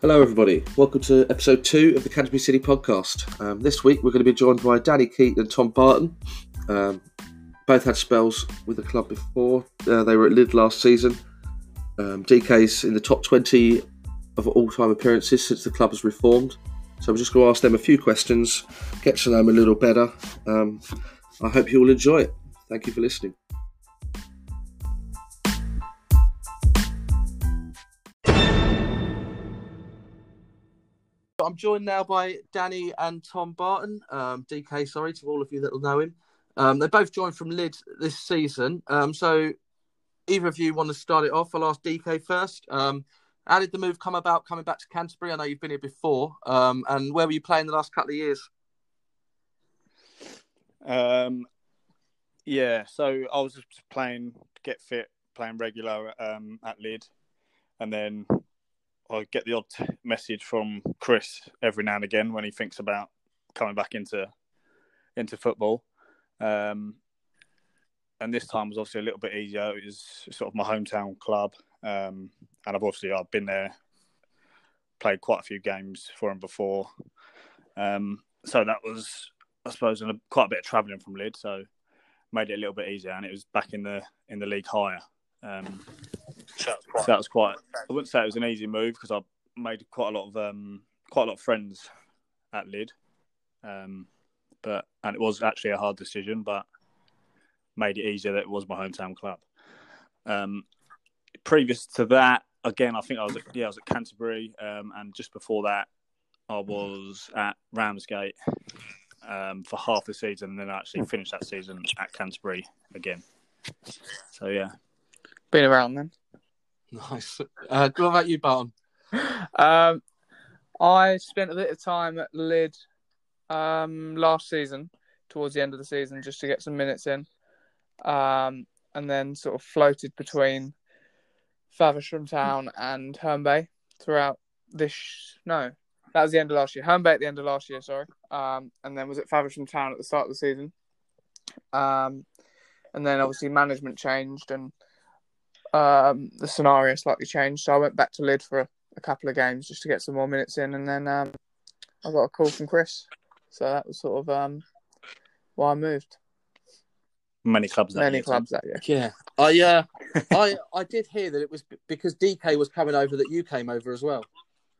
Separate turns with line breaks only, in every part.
Hello, everybody. Welcome to episode two of the Canterbury City podcast. Um, this week, we're going to be joined by Danny Keaton and Tom Barton. Um, both had spells with the club before. Uh, they were at Lid last season. Um, DK's in the top 20 of all time appearances since the club has reformed. So, we're just going to ask them a few questions, get to know them a little better. Um, I hope you all enjoy it. Thank you for listening. I'm joined now by Danny and Tom Barton, um, DK, sorry, to all of you that'll know him. Um, they both joined from Lid this season. Um, so, either of you want to start it off? I'll ask DK first. Um, how did the move come about coming back to Canterbury? I know you've been here before. Um, and where were you playing the last couple of years?
Um, yeah, so I was just playing get fit, playing regular um, at Lid, and then I get the odd message from Chris every now and again when he thinks about coming back into into football. Um, and this time was obviously a little bit easier. It was sort of my hometown club, um, and I've obviously I've been there, played quite a few games for him before. Um, so that was I suppose, and a, quite a bit of travelling from Lid, so made it a little bit easier. And it was back in the in the league higher. Um, so that was quite. I wouldn't say it was an easy move because I made quite a lot of um, quite a lot of friends at Lid, um, but and it was actually a hard decision, but made it easier that it was my hometown club. Um, previous to that, again, I think I was at, yeah I was at Canterbury, um, and just before that, I was at Ramsgate um, for half the season, and then I
Hmm.
actually finished that season at Canterbury again. So yeah,
been around then.
Nice. Uh, what about you, Barton?
Um, I spent a bit of time at Lid um, last season, towards the end of the season, just to get some minutes in, um, and then sort of floated between Faversham Town and Herne Bay throughout this. sh- No, that was the end of last year. Herne Bay at the end of last year, sorry. Um, and then was at Faversham Town at the start of the season. Um, and then obviously management changed and um, the scenario slightly changed. So I went back to Lid for a, a couple of games just to get some more minutes in, and then um, I got a call from Chris. So that was sort of um, why I moved.
many clubs. that
Many
year, Tom.
clubs that year.
Yeah, I, uh, I, I did hear that it was b- because DK was coming over that you came over as well.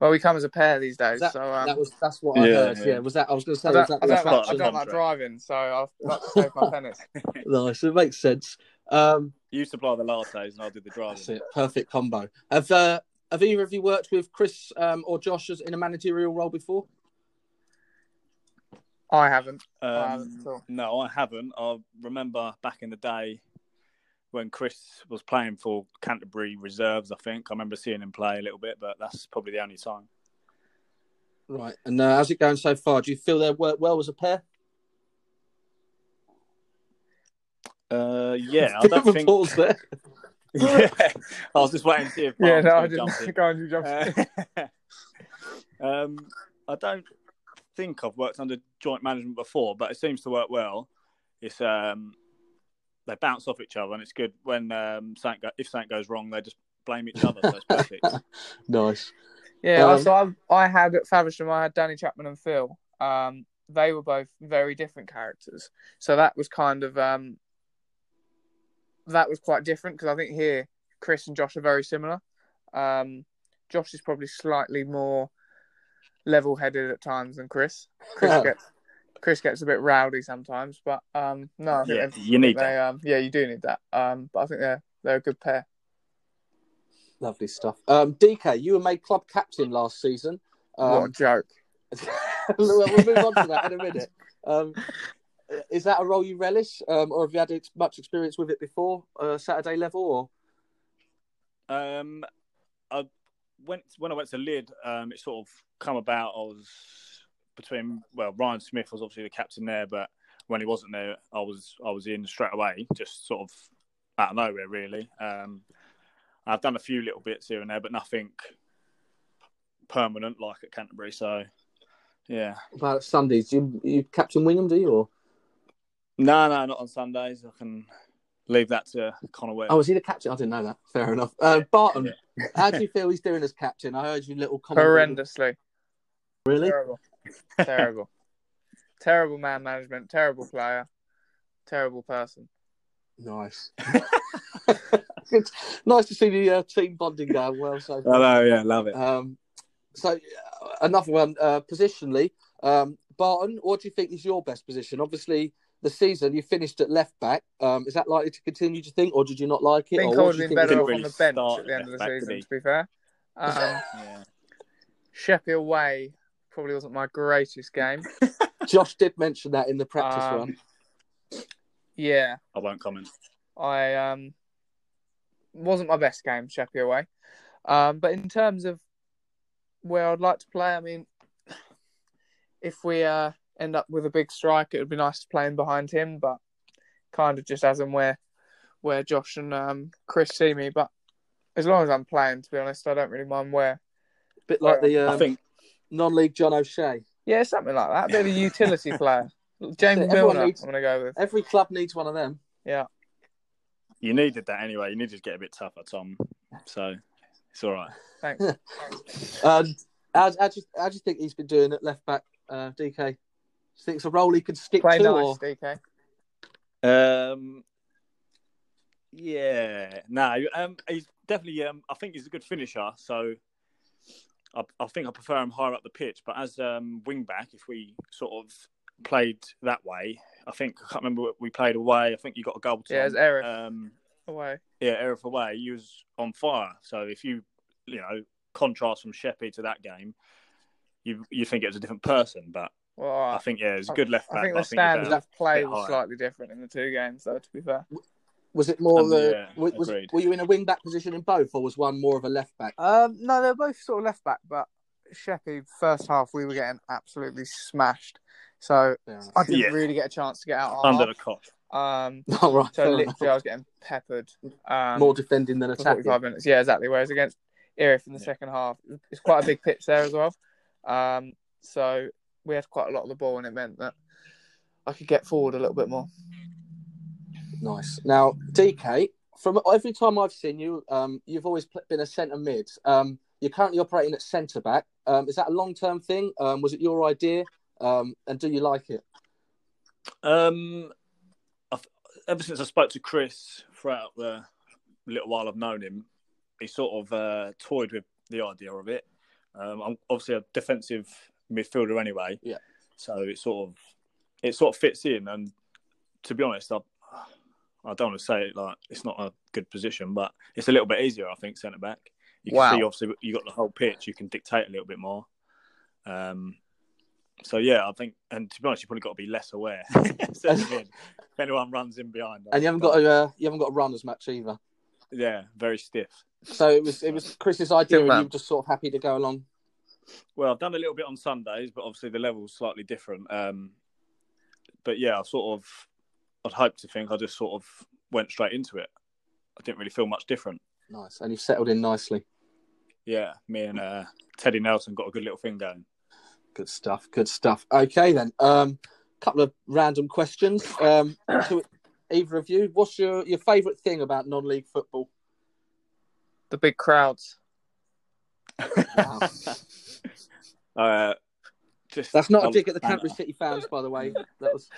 Well, we come as a pair these days.
That,
so um,
that was that's what I
Yeah,
heard. Yeah.
yeah.
was that I was going to say
I
was
don't,
that
I
the
don't, like,
Part
I
of the
don't like
contract.
driving, so I've got to save my tennis.
Nice. It makes sense. Um,
You supply the lattes, and I did the driving.
that's it. Perfect combo. Have uh, Have either of you worked with Chris um, or Josh as in a managerial role before?
I haven't. I haven't
Um,
at all.
no, I haven't. I remember back in the day when Chris was playing for Canterbury reserves. I think I remember seeing him play a little bit, but that's probably the only time.
Right. And uh, how's it going so far? Do you feel they work well as a pair?
Uh, yeah, I
Bit of
don't
a
think.
pause there.
yeah, I was just waiting to see if
Yeah,
Barnes
no, I
would jump in.
didn't. Go on, you jump. in.
Uh, um, I don't think I've worked under joint management before, but it seems to work well. It's um, they bounce off each other, and it's good when um, something go- if something goes wrong, they just blame each other. So it's perfect.
Nice.
Yeah,
Um,
so I, I had at Faversham, I had Danny Chapman and Phil. Um, they were both very different characters, so that was kind of um, that was quite different because I think here Chris and Josh are very similar. Um, Josh is probably slightly more level-headed at times than Chris. Chris
Yeah.
gets Chris gets a bit rowdy sometimes, but um, no, I think
yeah,
they've-
you need that.
they um, yeah, you do need that. Um, but I think they're they're a good pair.
Lovely stuff. Um, DK, you were made club captain last season.
what a
Um,
joke!
we'll we'll move on to that in a minute. Um, is that a role you relish, um, or have you had ex- much experience with it before uh, Saturday level? Or
Um, I went when I went to Lid. Um, it sort of come about. I was between well, Ryan Smith was obviously the captain there, but when he wasn't there, I was I was in straight away, just sort of out of nowhere, really. Um, I've done a few little bits here and there, but nothing permanent like at Canterbury. So, yeah,
about Sundays, you you captain Wingham, do you? Or
no, no, not on Sundays. I can leave that to Connor Webb.
Oh, is he the captain? I didn't know that. Fair enough. Uh, Barton, how do you feel he's doing as captain? I heard your little comment.
horrendously
Really?
terrible, terrible, terrible man management, terrible player, terrible person.
Nice. It's nice to see the uh, team bonding going well so far.
Hello, Oh, yeah, love it.
Um, so uh, another one, uh, positionally, um, Barton. What do you think is your best position? Obviously, the season you finished at left back. Um, is that likely to continue? Do you think, or did you not like it?
I think
or
I
what
would
do you
have been
think
better
is-
Didn't really start
off on the bench at the end of the
left back,
season,
did he?
to be fair. Um,
yeah.
Sheffield away probably wasn't my greatest game.
Josh did mention that in the practice
Um,
one.
Yeah,
I won't comment.
I um wasn't my best game Sheffield away. Um, but in terms of where I'd like to play, I mean, if we uh, end up with a big strike, it would be nice to play in behind him. But kind of just as and where where Josh and um, Chris see me. But as long as I'm playing, to be honest, I don't really mind where.
A bit like the
I
um,
think
non-league John O'Shea.
Yeah, something like that. A bit of a utility player. James
Everyone
Milner,
needs-
I'm going to go with.
Every club needs one of them.
you needed that anyway. You needed to get a bit tougher, Tom. So it's all right.
Thanks.
Um, how, how, do you, how do you think he's been doing at left back, uh, DK? Do you think it's a role he can stick
Play
to?
nice,
or...
DK.
Um, yeah, no, um, he's definitely. Um, I think he's a good finisher, so I, I think I prefer him higher up the pitch. But as um, wing back, if we sort of played that way, I think I can't remember what we played away. I think you got a goal.
Yeah, it's
Tom.
Eric
Um,
away.
yeah, Erith away, you was on fire. So if you, you know, contrast from Sheppey to that game, you you think it was a different person. But
Well,
I
alright.
think yeah, it's a good left back.
I think
but
the standards
you're
of play
bit
was
higher.
slightly different in the two games, though. To be fair,
Was it more?
Um,
uh,
yeah,
wa- was,
agreed.
were you in a wing back position in both, or was one more of a left back?
um, no, they were both sort of left back, but Sheppy first half we were getting absolutely smashed, so
Yeah.
I didn't
Yeah.
really get a chance to get out.
under
Under
the cop.
um,
All right.
so
fair
literally
enough.
I was getting peppered. Um,
more defending than
for
attacking.
45 minutes. Yeah, exactly. Whereas against Erith in the
Yeah.
second half, it's quite a big pitch there as well. Um, so we had quite a lot of the ball, and it meant that I could get forward a little bit more.
Nice. Now, DK, from every time I've seen you, um, you've always pl- been a centre mid. Um, you're currently operating at centre back. Um, is that a long term thing? Um, was it your idea? Um, and do you like it?
Um, I've, ever since I spoke to Chris throughout the little while I've known him, he sort of uh, toyed with the idea of it. Um, I'm obviously a defensive midfielder anyway,
Yeah.
So it sort of it sort of fits in, and to be honest, I I don't want to say it like it's not a good position, but it's a little bit easier, I think, centre back. You can
Wow.
see obviously you got the whole pitch, you can dictate a little bit more. Um, so yeah, I think, and to be honest, you probably got to be less aware. Centre mid, if anyone runs in behind,
And you haven't got to, uh, you haven't got to run as much either.
yeah, very stiff.
So it was it was Chris's idea,
Good
and
man.
you were just sort of happy to go along.
Well, I've done a little bit on Sundays, but obviously the level's slightly different. Um, but yeah, I sort of, I'd hope to think I just sort of went straight into it. I didn't really feel much different.
Nice, and you've settled in nicely.
Yeah, me and uh, Teddy Nelson got a good little thing going.
Good stuff. Good stuff. Okay then. Um, couple of random questions. Um, to either of you, what's your your favourite thing about non-league football?
The big crowds.
Wow.
Uh, just
That's not
I'll-
a dig at the
and,
Canterbury City fans, by the way. That was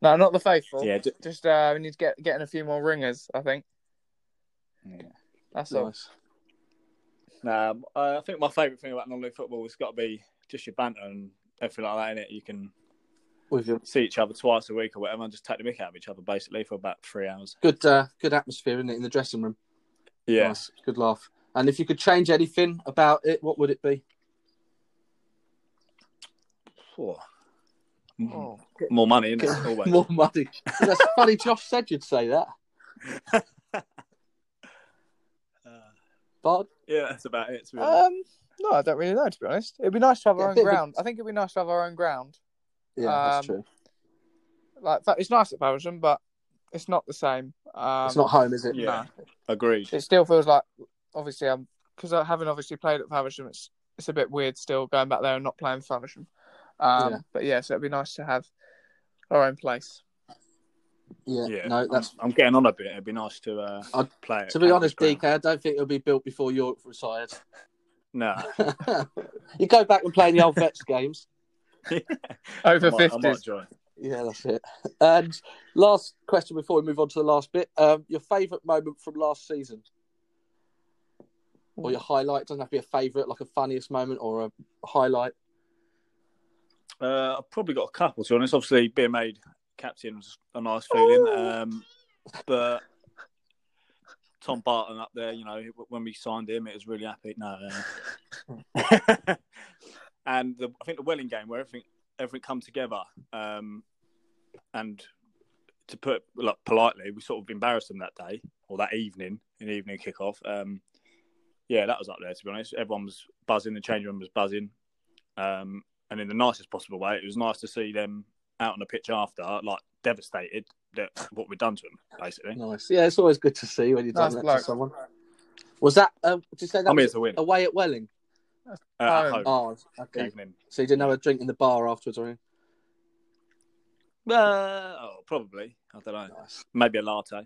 No, not the
uh,
faithful.
Yeah, ju-
Just uh, we need to get getting a few more ringers. I think
yeah.
that's all.
nice.
Nah, uh, I I think my favourite thing about non-league football has got to be just your banter and everything like that. In it, you can
With your
see each other twice a week or whatever, and just take the mick out of each other basically for about three hours.
good, uh, good atmosphere isn't it in the dressing room.
Yeah,
Nice. Good laugh. And if you could change anything about it, what would it be?
Poor.
Oh.
more money, is Always.
More money. That's funny. Josh said you'd say that.
Uh,
But
yeah, that's about it. To be honest.
Um, no, I don't really know to be honest. It'd be nice to have
Yeah,
our
a
own
bit of a-
ground. I think it'd be nice to have our own ground.
yeah, that's
Um,
true.
Like that, it's nice at Belgium, but it's not the same. Um,
It's not home, is it?
yeah, agreed.
it still feels like obviously I'm because I haven't obviously played at Faversham. It's it's a bit weird still going back there and not playing Faversham. Um,
Yeah.
But yeah, so it'd be nice to have our own place.
Yeah,
Yeah,
no, that's.
I'm, I'm getting on a bit. It'd be nice to uh,
I-
play it.
To be
at
honest,
Hampden
DK,
Ground.
I don't think it'll be built before York retired.
No,
you go back and play in the old Vets games.
Over
I might, I might
fifties.
join.
Yeah, that's it. And last question before we move on to the last bit. Um, your favourite moment from last season? Or your highlight? Doesn't have to be a favourite, like a funniest moment or a highlight.
Uh, I've probably got a couple to be honest. Obviously, being made captain was a nice feeling. Um, but Tom Barton up there, you know, when we signed him, it was really happy. No, uh, and the, I think the Welling game where everything everything come together, um, and to put it, like politely, we sort of embarrassed them that day or that evening in the evening kickoff. Um, yeah, that was up there to be honest. Everyone was buzzing. The change room was buzzing. Um, and in the nicest possible way. It was nice to see them out on the pitch after, like devastated that what we'd done to them, basically.
Nice. Yeah, it's always good to see when you've done
Nice
that
bloke.
to someone. Was that? Um, did you say that
I'm here
was
to win.
away at Welling?
Uh, at home,
home.
Oh, okay.
evening.
So you didn't have a drink in the bar afterwards, or anything?
Uh, oh, probably. I don't know.
Nice.
Maybe a latte.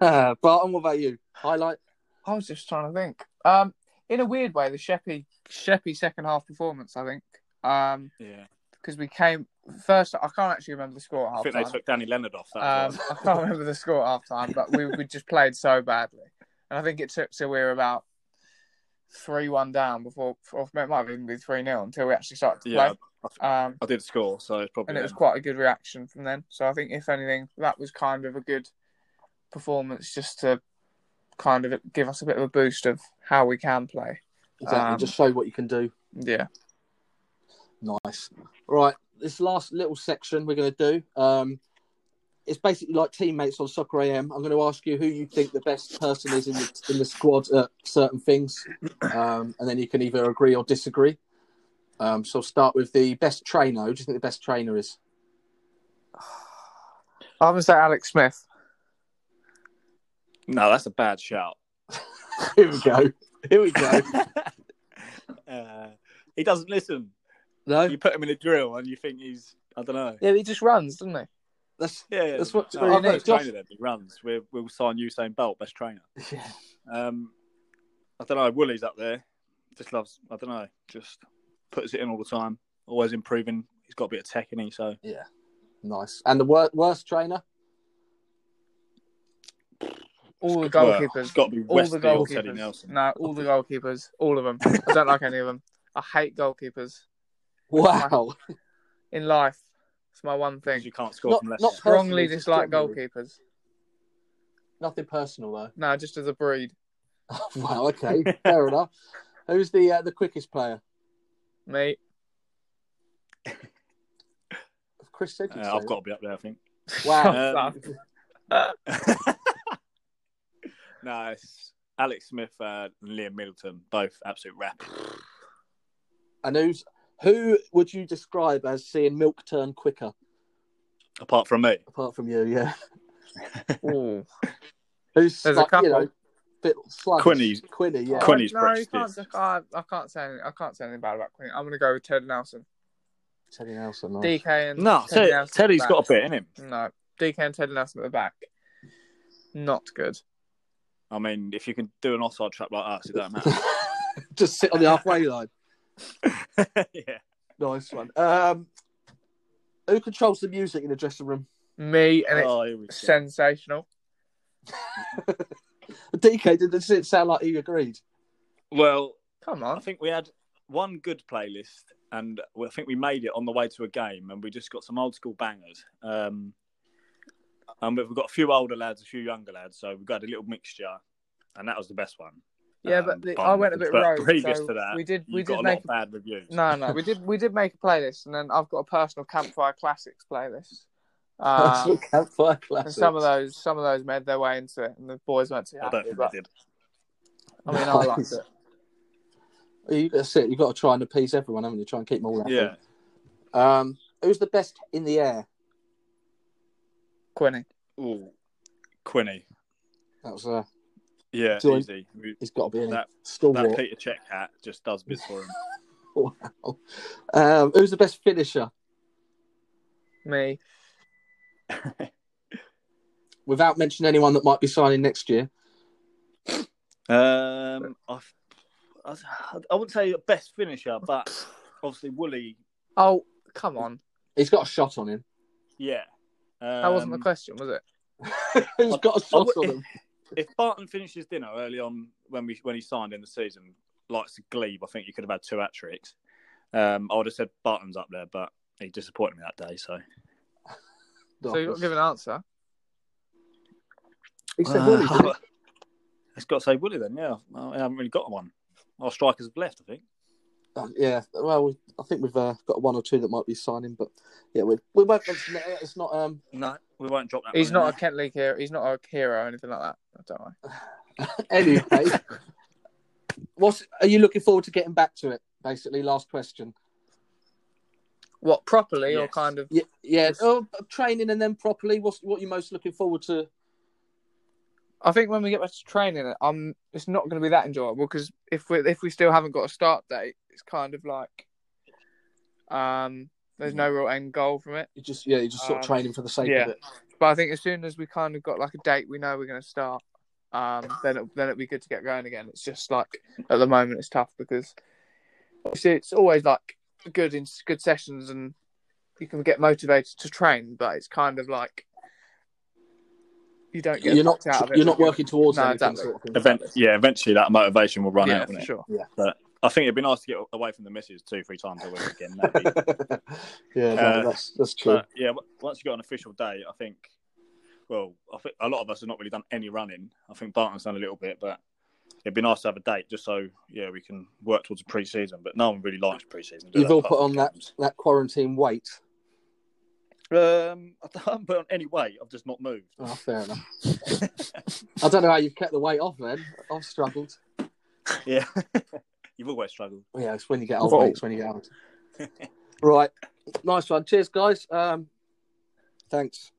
Uh, Barton, what about you? Highlight?
I was just trying to think. Um, in a weird way, the Sheppy Sheppy second half performance. I think. Um,
Yeah.
because we came first. I can't actually remember the score at
I
half
think
time.
they took Danny Leonard off. That
Um,
was
I can't remember the score at half time, but we, we just played so badly. And I think it took till we were about 3 1 down before, or it might have even been 3 0 until we actually started to
yeah,
play. Um,
I did score, so it's probably.
and it was
them.
quite a good reaction from then. So I think, if anything, that was kind of a good performance just to kind of give us a bit of a boost of how we can play.
Exactly.
Um,
Just show what you can do.
Yeah.
Nice. Right, this last little section we're going to do. Um, it's basically like teammates on Soccer AM. I'm going to ask you who you think the best person is in the, in the squad at certain things, um, and then you can either agree or disagree. Um, so I'll start with the best trainer. Who do you think the best trainer is?
I'm going to say Alex Smith.
No, that's a bad shout.
Here we go. Here we go.
uh, he doesn't listen.
No,
You put him in a drill, and you think he's. I don't know.
Yeah, he just runs, doesn't he?
that's
Yeah,
That's what-
No,
no,
best
Josh-
trainer then. He runs. We're, we'll sign Usain Bolt, best trainer.
yeah.
Um, I don't know. Woolies up there. Just loves. I don't know. Just puts it in all the time. Always improving. He's got a bit of tech in him, so
nice. And the wor- worst trainer?
All the
Well,
goalkeepers.
it's got to be
all the
Westy or Teddy
goalkeepers.
Nelson.
No, all the goalkeepers. All of them. I don't like any of them. I hate goalkeepers
Wow.
in life. It's my one
Because
thing.
you can't score
Not-
from less.
not-
Strongly
Personally,
dislike
generally.
goalkeepers.
Nothing personal though.
No, just as a breed.
wow. Okay. Fair enough. Who's the uh, the quickest player?
Me.
Chris said
Uh,
you'd say
I've
that.
got to be up there, I think.
Wow.
Um, no, it's Alex Smith uh, and Liam Middleton, both absolute rap.
And who's who would you describe as seeing milk turn quicker,
Apart from me,
apart from you? Yeah,
Um,
Ooh.
who's
There's a couple.
bit sluggish.
Quinny.
Quinny, yeah,
Quinny. Quinny's
no,
pretty
you can't,
stiff.
I, I can't say anything, I can't say anything bad about Quinny. I'm gonna go with Ted Nelson.
Teddy Nelson.
Oh.
Nice.
DK and
no,
Ted
Teddy,
Nelson at
Teddy's
the
got a
back.
bit in him.
No, DK and Ted Nelson at the back. Not good.
I mean, if you can do an offside trap like us, it don't matter.
Just sit on the halfway line.
yeah,
Nice one. Um, who controls the music in the dressing room?
Me and it's
Oh, here we go.
sensational.
DK, did does it sound like he agreed?
Well,
Come
I
on.
think we had one good playlist, and I think we made it on the way to a game, and we just got some old school bangers. Um, and we've got a few older lads, a few younger lads, so we've got a little mixture, and that was the best one.
Yeah,
Um,
but the, I went a bit
but
rogue.
Previous
so
to that,
we did
you
we
got
did
a
make
lot of bad reviews.
No, no, we did we did make a playlist, and then I've got a personal campfire classics playlist. Um,
Campfire
and
classics.
some of those, some of those made their way into it, and the boys weren't too
I
happy.
don't think
but
they did.
I mean, I liked it.
You, that's it. You've got to try and appease everyone, haven't you? Try and keep them all happy.
Yeah,
Um, who's the best in the air?
Quinny,
Ooh, Quinny.
That was uh,
Yeah,
Join.
easy. We-
he's got to be in it.
That- That
Stalwart.
Peter Check hat just does bits for him.
Um, who's the best finisher?
me,
without mentioning anyone that might be signing next year?
Um, I, I, I wouldn't say best finisher, but obviously Woolley.
Oh, come on.
He's got a shot on him.
Yeah, um,
That wasn't the question, was it?
He's got a
I
shot
would-
on
if-
him.
If Barton finishes dinner early on when we when he signed in the season, like Glebe, I think you could have had two hat tricks. Um, I would have said Barton's up there, but he disappointed me that day. So
So you're not giving an answer.
He said,
Uh,
"Well, he's done it."
it's got to say Willie then. Yeah, I haven't really got one. Our strikers have left, I think.
Uh, yeah, well, we, I think we've uh, got one or two that might be signing, but yeah, we, we won't mention it. It's not. Um,
No, we won't drop that.
He's
one in
not a Kent League hero. He's not a hero or anything like that. I don't know.
anyway, what's are you looking forward to getting back to it? Basically, last question.
What properly or
Yes.
kind of?
Yeah, yeah.
Yes.
Oh, training and then properly. What's what you most looking forward to?
I think when we get back to training, um, it's not going to be that enjoyable because if we if we still haven't got a start date, it's kind of like, um, there's
Mm.
no real end goal from it.
You just yeah, you just sort of
Um,
training for the sake
yeah.
of it.
But I think as soon as we kind of got like a date, we know we're going to start. Um, then it, then it'd be good to get going again. It's just like at the moment it's tough because obviously it's always like good in good sessions and you can get motivated to train, but it's kind of like you don't get
You're not
much out of it.
you're not working towards
No,
anything.
exactly.
Sort of thing.
Event, yeah, eventually that motivation will run
yeah,
out.
for
won't it?
sure.
I think it'd be nice to get away from the misses two, three times a week again. Maybe.
yeah, no,
Uh,
that's that's true.
But yeah, w- once you got an official day, I think. Well, I think a lot of us have not really done any running. I think Barton's done a little bit, but it'd be nice to have a date just so yeah we can work towards a pre-season. But no one really likes pre-season. do
You've
they,
all
apart
put
from
on that
games?
that quarantine weight.
Um, I haven't put on any weight. I've just not moved.
Oh, fair enough. I don't know how you've kept the weight off, man. I've struggled.
Yeah, you've always struggled.
Yeah, it's when you get old,
Well-
mate. It's when you get old. right. Nice one. Cheers, guys. Um, thanks.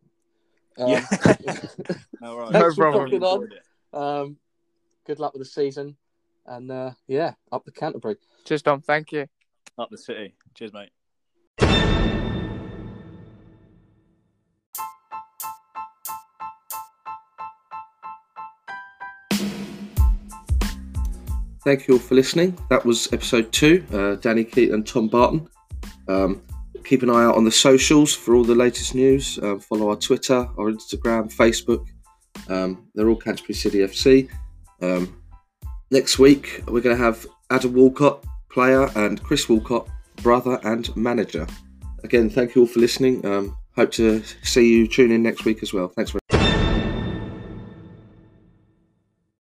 Um,
Yeah. All right.
Thanks
for
Really
popping on.
enjoyed it.
um, good luck with the season. And uh, yeah, up the Canterbury.
Cheers, Dom. Thank you.
Up the city. Cheers, mate.
Thank you all for listening. That was episode two. Uh, Danny Keaton and Tom Barton. Um, keep an eye out on the socials for all the latest news. Um, follow our Twitter, our Instagram, Facebook. Um, they're all Canterbury City FC. Um, next week we're going to have Adam Walcott, player, and Chris Walcott, brother and manager. Again, thank you all for listening. Um, hope to see you tune in next week as well. Thanks very